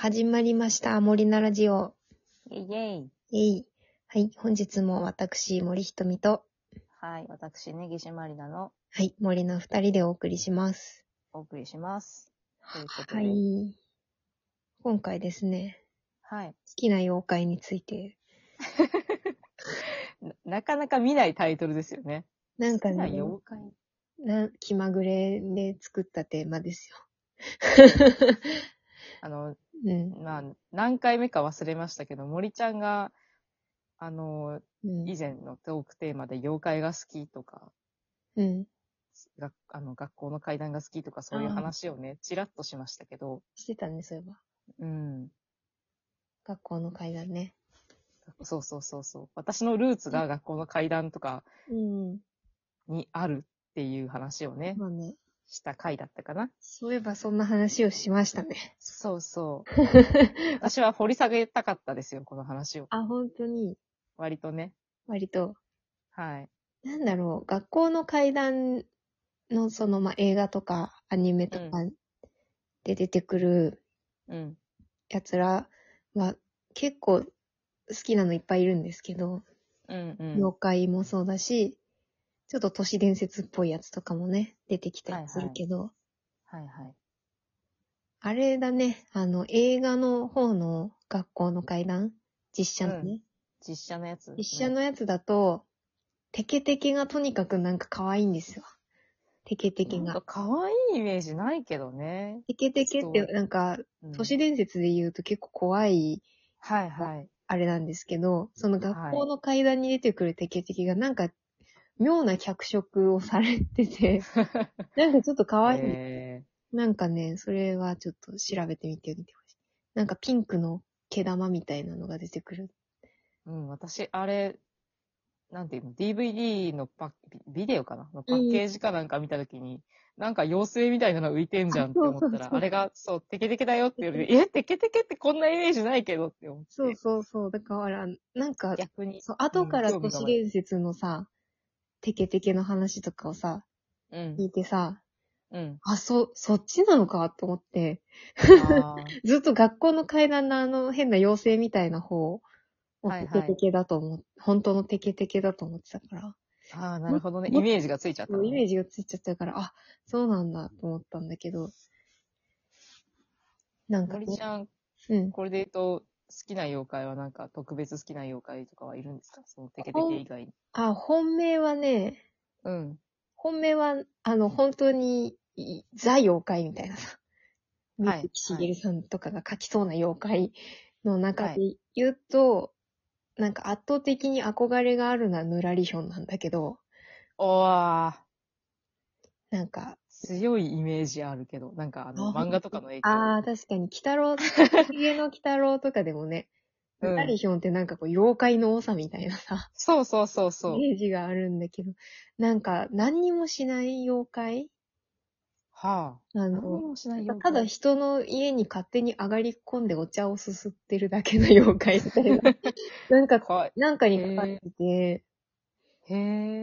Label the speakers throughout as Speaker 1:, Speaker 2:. Speaker 1: 始まりました。森菜ラジオ。
Speaker 2: イェ
Speaker 1: え
Speaker 2: イ。
Speaker 1: い。はい。本日も私、森ひとみと、
Speaker 2: はい。私、根岸まりなの
Speaker 1: はい。森の二人でお送りします。
Speaker 2: お送りします。ということで
Speaker 1: はい。今回ですね、
Speaker 2: はい。
Speaker 1: 好きな妖怪について。
Speaker 2: ななかなか見ないタイトルですよね。
Speaker 1: なんか
Speaker 2: 好きな
Speaker 1: ね、
Speaker 2: 妖怪。
Speaker 1: な気まぐれで作ったテーマです
Speaker 2: あの、
Speaker 1: よ。うん。
Speaker 2: まあ、何回目か忘れましたけど、森ちゃんが、あの、
Speaker 1: うん
Speaker 2: 以前のトークテーマで妖怪が好きとか、
Speaker 1: うん。
Speaker 2: があの学校の階段が好きとかそういう話をね、ちらっとしましたけど、
Speaker 1: してたね、そういえば。
Speaker 2: うん。
Speaker 1: 学校の階段ね。
Speaker 2: そうそうそうそう。私のルーツが学校の階段とか
Speaker 1: うん。
Speaker 2: にあるっていう話をね、
Speaker 1: まあね。
Speaker 2: した回だったかな。
Speaker 1: そういえばそんな話をしましたね。
Speaker 2: そ うそう。私は掘り下げたかったですよ、この話を。
Speaker 1: あ、本当に、
Speaker 2: 割とね。
Speaker 1: 割と、
Speaker 2: はい。
Speaker 1: なんだろう、学校の階段のその、まあ、映画とかアニメとかで出てくる
Speaker 2: うん。
Speaker 1: 奴らは結構好きなのいっぱいいるんですけど、
Speaker 2: うんうん。
Speaker 1: 妖怪もそうだし、ちょっと都市伝説っぽいやつとかもね、出てきたりするけど、
Speaker 2: はいはい。
Speaker 1: あれだね、あの、映画の方の学校の階段、実写のね、
Speaker 2: 実写のやつ。
Speaker 1: 実写のやつだと、テケテケがとにかくなんか可愛いんですよ。テケテ
Speaker 2: う
Speaker 1: ケ
Speaker 2: ん
Speaker 1: が
Speaker 2: なんか。可愛いイメージないけどね。
Speaker 1: テケテケって、なんか、
Speaker 2: うん
Speaker 1: 都市伝説で言うと結構怖い、
Speaker 2: はいはい。
Speaker 1: あれなんですけど、その学校の階段に出てくるテケテケがなんか、妙な脚色をされて て、なんかちょっと 可愛い。
Speaker 2: え
Speaker 1: なんかね、それはちょっと調べてみてみてほしい。なんかピンクの毛玉みたいなのが出てくる。
Speaker 2: ーうん、私、あれ、なんていうの、DVD のパッ、ビデオかなのパッケージかなんか見たときに、なんか妖精みたいなの浮いてんじゃんって思っ
Speaker 1: あそ
Speaker 2: たら、あ
Speaker 1: うそうそう
Speaker 2: れが、そう、テケテケだよって言われて、え、テケテケってこんなイメージないけどって思って。
Speaker 1: そうそうそう。だから、なんか、
Speaker 2: 逆に。
Speaker 1: そう後から
Speaker 2: 興味
Speaker 1: 都
Speaker 2: が
Speaker 1: 市
Speaker 2: 湧い
Speaker 1: 伝説のさ、テケテケの話とかをさ、
Speaker 2: うん
Speaker 1: 聞。いてさ、
Speaker 2: うん。
Speaker 1: あ、そ、そっちなのかと思って、
Speaker 2: あー
Speaker 1: ずっと学校の階段のあの変な妖精みたいな方を
Speaker 2: はい
Speaker 1: テ
Speaker 2: はい
Speaker 1: ケテケだと思う、本当のテケテケだと思ってたから、
Speaker 2: あー、なるほどね。イメージがついちゃった
Speaker 1: そ
Speaker 2: の
Speaker 1: う
Speaker 2: ね、
Speaker 1: イメージがついちゃったから、あ、そうなんだと思ったんだけど、なんか、
Speaker 2: 森ちゃん、
Speaker 1: うん。
Speaker 2: これで言うと、好きな妖怪はなんか特別好きな妖怪とかはいるんですかそのテケテケ以外に。
Speaker 1: あ、本命はね、
Speaker 2: うん。
Speaker 1: 本命は、あの、本当に、いザ妖怪みたいなさ、
Speaker 2: はい
Speaker 1: 水木しげるさんとかが書きそうな妖怪の中で言うと、なんか圧倒的に憧れがあるのはヌラリヒョンなんだけど、
Speaker 2: おー、
Speaker 1: なんか、
Speaker 2: 強いイメージあるけど、なんかあの、
Speaker 1: あ
Speaker 2: 漫画とかの影響。
Speaker 1: ああ、確かに、鬼太郎、 家の鬼太郎とかでもね、
Speaker 2: うん
Speaker 1: ナリヒョンってなんかこう、妖怪の多さみたいなさ、
Speaker 2: そうそうそうそう
Speaker 1: イ。メージがあるんだけど、なんか、何にもしない妖怪
Speaker 2: は
Speaker 1: あ
Speaker 2: あ。何
Speaker 1: の、
Speaker 2: もしない妖
Speaker 1: た
Speaker 2: 怪。
Speaker 1: だ人の家に勝手に上がり込んでお茶をすすってるだけの妖怪みたい な。なんか、
Speaker 2: かわい
Speaker 1: なんかにかかってて、
Speaker 2: い。へ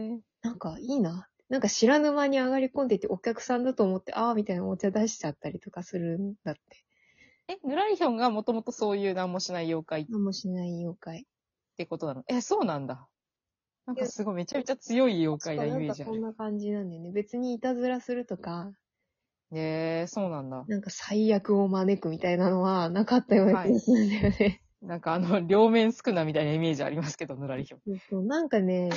Speaker 2: え。
Speaker 1: なんかいいな。なんか知らぬ間に上がり込んでてお客さんだと思って、ああ、みたいなお茶出しちゃったりとかするんだって。
Speaker 2: え、ヌラリヒョンがもともとそういう何もしない妖怪っ
Speaker 1: 何もしない妖怪。
Speaker 2: てことなのえ、そうなんだ。なんかすごいめちゃめちゃ強い妖怪なイメージあ
Speaker 1: そうなんかこん
Speaker 2: る。
Speaker 1: な感じなんだよね。別にいたずらするとか、
Speaker 2: へえ、そうなんだ。
Speaker 1: なんか最悪を招くみたいなのはなかったような気がするんだよね。
Speaker 2: なんかあの、両面少なみたいなイメージありますけど、ぬらりひょん。
Speaker 1: そうなんかね、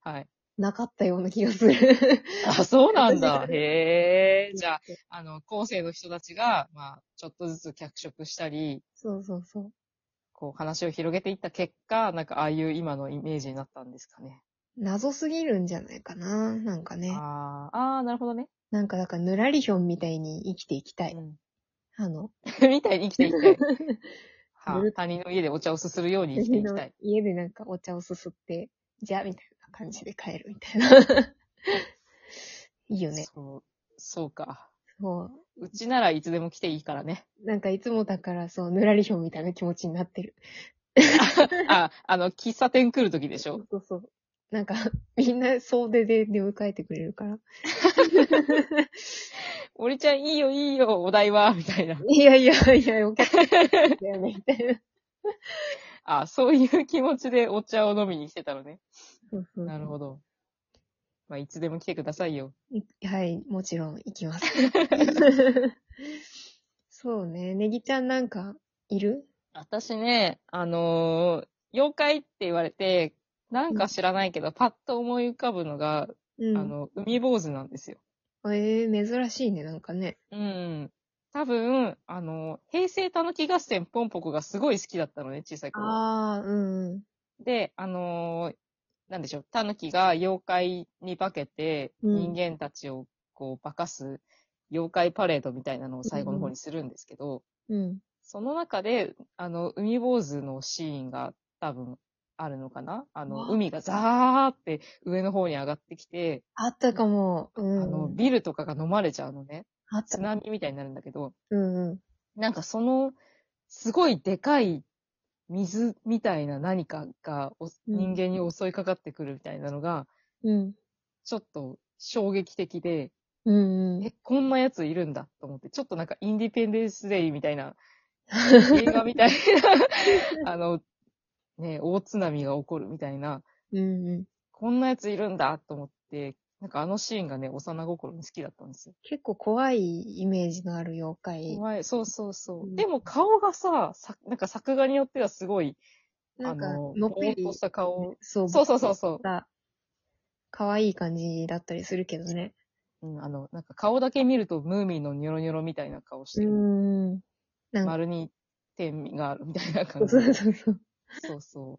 Speaker 2: はい。
Speaker 1: なかったような気がする。
Speaker 2: あ、そうなんだ。へえ。じゃあ、あの、後世の人たちが、まあ、ちょっとずつ脚色したり、
Speaker 1: そうそうそう。
Speaker 2: こう、話を広げていった結果、なんか、ああいう今のイメージになったんですかね。
Speaker 1: 謎すぎるんじゃないかな。なんかね。
Speaker 2: あーあー、なるほどね。
Speaker 1: なんかだから、ぬらりひょんみたいに生きていきたい。
Speaker 2: うん。
Speaker 1: あの、
Speaker 2: みたいに生きて いきたい。はあ、他人の家でお茶をすするように生きていきたい。
Speaker 1: 家でなんかお茶をすすって、じゃあみたいな感じで帰るみたい な。いいよね。
Speaker 2: そう、そうか。
Speaker 1: も
Speaker 2: うちならいつでも来ていいからね。
Speaker 1: う、なんかいつもだからそう、ぬらりひょんみたいな気持ちになってる。
Speaker 2: あ、あの、喫茶店来るときでし
Speaker 1: そ
Speaker 2: ょ
Speaker 1: うそうそう。なんか、 みんな総出で出迎えてくれるから。
Speaker 2: 森ちゃんいいよいいよ、お題は、みたいな。
Speaker 1: いやいやいや、お客さんだよね、みたいな。
Speaker 2: あ、そういう 気持ちでお茶を飲みに来てたのね。
Speaker 1: そうそう
Speaker 2: なるほど。まあ、いつでも来てくださいよ。
Speaker 1: はい、もちろん行き ます。そうね、ネギちゃんなんか、いる
Speaker 2: 私ね、あのー妖怪って言われて、なんか知らないけど、パッと思い浮かぶのが、
Speaker 1: うん。
Speaker 2: あの、海坊主なんですよ。
Speaker 1: ええ珍しいね、なんかね。
Speaker 2: うん。多分、あの、平成たぬき合戦ポンポコがすごい好きだったのね、小さい頃。
Speaker 1: ああ、うんうん。
Speaker 2: で、あのーなんでしょう、たぬきが妖怪に化けて、
Speaker 1: うん
Speaker 2: 人間たちをこう化かす妖怪パレードみたいなのを最後の方にするんですけど、
Speaker 1: うん。
Speaker 2: その中で、あの、海坊主のシーンが多分あるのかなあ
Speaker 1: わ
Speaker 2: の、
Speaker 1: あ
Speaker 2: 海がザーって上の方に上がってきて、
Speaker 1: あったかも。うん。
Speaker 2: あの、ビルとかが飲まれちゃうのね。
Speaker 1: あった
Speaker 2: 津。波みたいになるんだけど、
Speaker 1: うんうん。
Speaker 2: なんかその、すごいでかい水みたいな何かがお人間に襲いかかってくるみたいなのが、
Speaker 1: うん。
Speaker 2: ちょっと衝撃的で、
Speaker 1: うんうん
Speaker 2: え、こんなやついるんだと思って、ちょっとなんかインディペンデンスデイみたいな、映画みたいな、あの、ね、大津波が起こるみたいな、
Speaker 1: うんうん。
Speaker 2: こんなやついるんだと思って、なんかあのシーンがね、幼心に好きだったんですよ。
Speaker 1: 結構怖いイメージのある妖怪。
Speaker 2: 怖いそうそうそう。
Speaker 1: うん
Speaker 2: でも顔がさ、さなんか作画によってはすごい、
Speaker 1: なんか
Speaker 2: あの、、
Speaker 1: のっぺり
Speaker 2: ぼーっとした顔。
Speaker 1: そう、。
Speaker 2: そうそうそうそう
Speaker 1: 可愛い感じだったりするけどね。
Speaker 2: うん、あの、なんか顔だけ見るとムーミンのニョロニョロみたいな顔してる。
Speaker 1: ん。なんか、
Speaker 2: 丸に点があるみたいな
Speaker 1: そ
Speaker 2: 感
Speaker 1: う
Speaker 2: じ。
Speaker 1: そうそうそう。
Speaker 2: そうそう。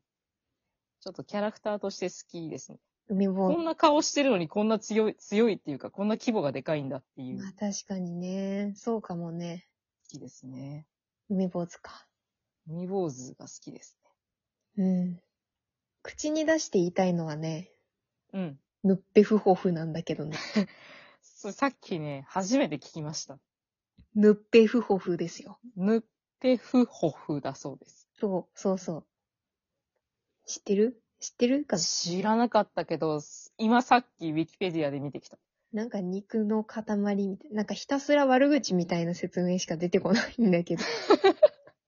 Speaker 2: ちょっとキャラクターとして好きですね。
Speaker 1: 海坊
Speaker 2: こんな顔してるのにこんな強い、強いっていうか、こんな規模がでかいんだっていう
Speaker 1: まあ確かにね。そうかもね。
Speaker 2: 好きですね。
Speaker 1: 海坊主か。
Speaker 2: 海坊主が好きです
Speaker 1: うん。口に出して言いたいのはね、
Speaker 2: ね。うん。
Speaker 1: ぬっぺふほふなんだけどね。
Speaker 2: そうさっきね、初めて聞きました。
Speaker 1: ぬっぺふほふですよ。
Speaker 2: ぬってふほふだそうです。
Speaker 1: そう、そうそう。知ってる知ってるかな
Speaker 2: 知らなかったけど、今さっきウィキペディアで見てきた。
Speaker 1: なんか肉の塊みたいな。なんかひたすら悪口みたいな説明しか出てこないんだけど。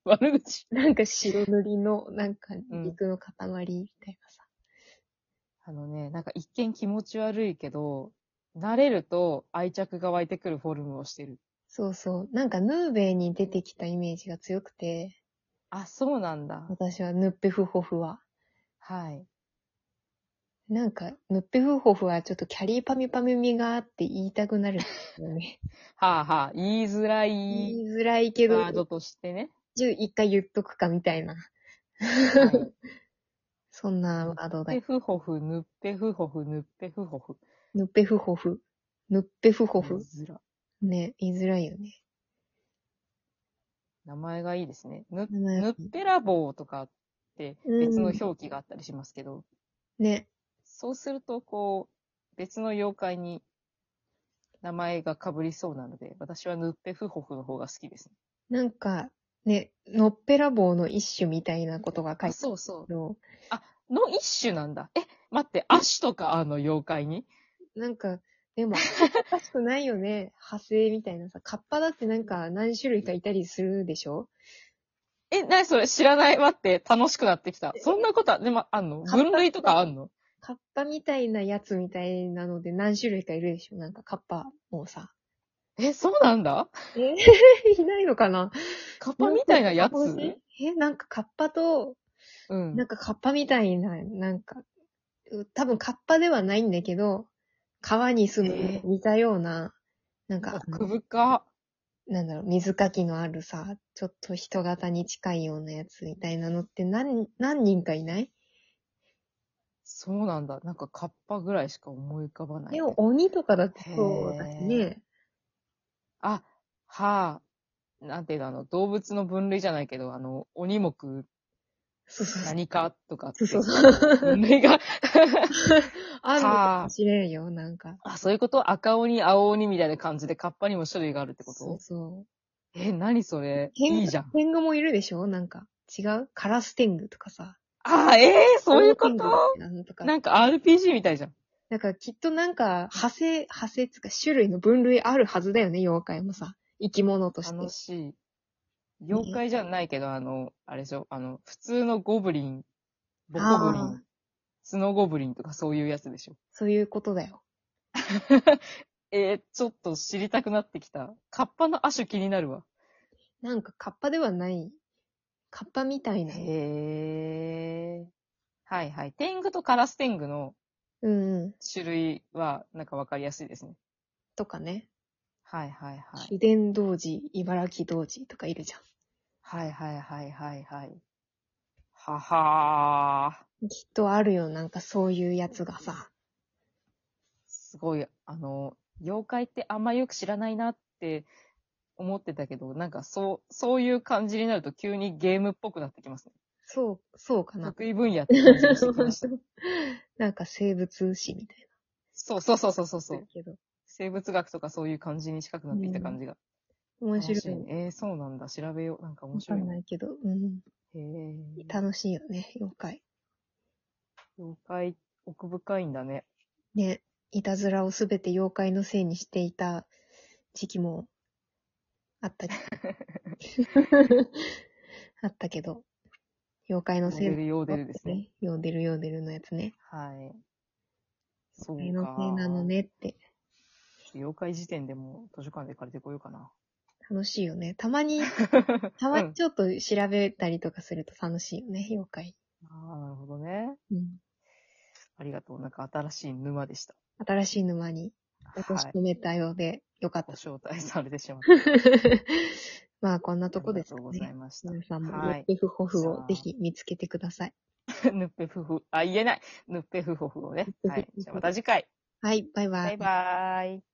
Speaker 2: 悪口。
Speaker 1: なんか白塗りの、なんか肉の塊みたいなさ。
Speaker 2: あのね、なんか一見気持ち悪いけど、慣れると愛着が湧いてくるフォルムをしてる。
Speaker 1: そうそう。なんかヌーベイに出てきたイメージが強くて、
Speaker 2: あ、そうなんだ。
Speaker 1: 私はヌッペフホフは。
Speaker 2: はい。
Speaker 1: なんか、ヌッペフホフはちょっとキャリーパミパミ味があって言いたくなるんですよ ね。
Speaker 2: はあはあ、言いづらい
Speaker 1: 言いづらいけど、
Speaker 2: ワードとしてね。
Speaker 1: 一回言っとくかみたいな。
Speaker 2: はい
Speaker 1: そんなワードだ
Speaker 2: ぬっぺ。ふほふ、ぬっぺふほふ、ぬっぺふほふ。
Speaker 1: ヌッペフホフ。ヌッペフホフ。
Speaker 2: ずら。
Speaker 1: ね、言いづらいよね。
Speaker 2: 名前がいいですね。ぬ、
Speaker 1: 名前
Speaker 2: ぬっぺらぼうとかって別の表記があったりしますけど、
Speaker 1: ね。
Speaker 2: そうすると、こう、別の妖怪に名前が被りそうなので、私はぬっぺふほふの方が好きですね。
Speaker 1: なんか、ね、のっぺらぼうの一種みたいなことが書いてある
Speaker 2: そうそ
Speaker 1: けど、
Speaker 2: う。の一種なんだ。え、待って、アシとかあの妖怪に
Speaker 1: なんか、で も、おかしくないよね。派生みたいなさ。カッパだってなんか何種類かいたりするでしょ
Speaker 2: え、なにそれ知らない待って、楽しくなってきた。そんなことは、でも、あんの
Speaker 1: カッパ
Speaker 2: 分類とかあんの
Speaker 1: カッパみたいなやつみたいなので何種類かいるでしょなんかカッパもさ。
Speaker 2: え、そうなんだ
Speaker 1: え いないのかな
Speaker 2: カッパみたいなやつ
Speaker 1: なんかえ、なんかカッパと、
Speaker 2: うん。
Speaker 1: なんかカッパみたいな、なんか、う多分カッパではないんだけど、川に住む
Speaker 2: えー
Speaker 1: 似たような、なんか、
Speaker 2: 奥深。
Speaker 1: なんだろう、水かきのあるさ、ちょっと人型に近いようなやつみたいなのって何、何人かいない
Speaker 2: そうなんだ。なんかカッパぐらいしか思い浮かばない。
Speaker 1: でも鬼とかだってそう
Speaker 2: へー
Speaker 1: だしね。
Speaker 2: あ、はあ、なんていうの、あの、動物の分類じゃないけど、あの、鬼目
Speaker 1: そうそうそう。
Speaker 2: 何かとかって
Speaker 1: そうそうそう。
Speaker 2: 分類が、
Speaker 1: あるの
Speaker 2: は
Speaker 1: か
Speaker 2: あ
Speaker 1: もしれんよ、なんか。
Speaker 2: あ、そういうこと赤鬼、青鬼みたいな感じでカッパにも種類があるってこ
Speaker 1: そう
Speaker 2: と
Speaker 1: そう。
Speaker 2: え、何それ
Speaker 1: 天狗
Speaker 2: いいじゃん。
Speaker 1: 天狗もいるでしょなんか。違うカラス天狗とかさ。
Speaker 2: ああ、ええー、そういうこ
Speaker 1: ローティング
Speaker 2: と
Speaker 1: だっけななんとか。
Speaker 2: なんか RPG みたいじゃん。
Speaker 1: だからきっとなんか、派生、派生っつうか種類の分類あるはずだよね、妖怪もさ。生き物として。
Speaker 2: 楽しい。妖怪じゃないけど、あの、あれでしょ、あの、普通のゴブリン、ボコブリ
Speaker 1: あー
Speaker 2: ン、スノーゴブリンとかそういうやつでしょ。
Speaker 1: そういうことだよ。
Speaker 2: えー、ちょっと知りたくなってきた。カッパの亜種気になるわ。
Speaker 1: なんかカッパではない。カッパみたいな。
Speaker 2: へえ。はいはい。天狗とカラス天狗の
Speaker 1: うんうん。
Speaker 2: 種類は、なんかわかりやすいですね。
Speaker 1: とかね。
Speaker 2: はいはいはい。
Speaker 1: 秘伝童子、茨城童子とかいるじゃ
Speaker 2: はいはいはいはいはい。ははー。
Speaker 1: ん。きっとあるよ、なんかそういうやつがさ。
Speaker 2: すごい、あの、妖怪ってあんまよく知らないなって思ってたけど、なんかそう、そういう感じになると急にゲームっぽくなってきますね。
Speaker 1: そう、そうかな。
Speaker 2: 得意分野って感じがして きました。
Speaker 1: なんか生物史みたいな。
Speaker 2: そうそうそうそうそうそう。
Speaker 1: けど。
Speaker 2: 生物学とかそういう感じに近くなってきた感じが。
Speaker 1: 面白い。
Speaker 2: 楽しねえー、そうなんだ。調べよう。なんか面
Speaker 1: わか
Speaker 2: 白い
Speaker 1: ん
Speaker 2: ね。
Speaker 1: ないけど。うん。
Speaker 2: へえ。
Speaker 1: 楽しいよね、妖怪。
Speaker 2: 妖怪、奥深いんだね。
Speaker 1: ね。いたずらをすべて妖怪のせいにしていた時期もあったけど。あったけど。妖怪の
Speaker 2: モ
Speaker 1: せい
Speaker 2: デルヨーデルですね。。
Speaker 1: ヨーデルヨーデルのやつね。
Speaker 2: はい。そう
Speaker 1: 妖怪のせい
Speaker 2: か。
Speaker 1: なのねって。
Speaker 2: 妖怪時点でも図書館で借りてこようかな。
Speaker 1: 楽しいよね。たま に、たまにちょっと調べたりとかすると楽しいよね、妖怪。
Speaker 2: ああ、なるほどね。
Speaker 1: うん。
Speaker 2: ありがとう。なんか新しい沼でした。
Speaker 1: 新しい沼に落とし
Speaker 2: はい。
Speaker 1: 込めたようで、よかった
Speaker 2: ご。招待されてしまっ
Speaker 1: まあ、こんな
Speaker 2: た。
Speaker 1: とこです
Speaker 2: あ
Speaker 1: か
Speaker 2: りがとうござい
Speaker 1: ね。
Speaker 2: ました。
Speaker 1: 皆さんも、
Speaker 2: は
Speaker 1: ヨッ
Speaker 2: い。
Speaker 1: ペフホフ
Speaker 2: じゃ
Speaker 1: を
Speaker 2: あ
Speaker 1: ぜひ見つけてください。
Speaker 2: ぬっぺふふ。あ、言えない。ぬっぺふほふをね。はい。じゃあまた次回。
Speaker 1: はい、バイバイ。
Speaker 2: バイバーイ。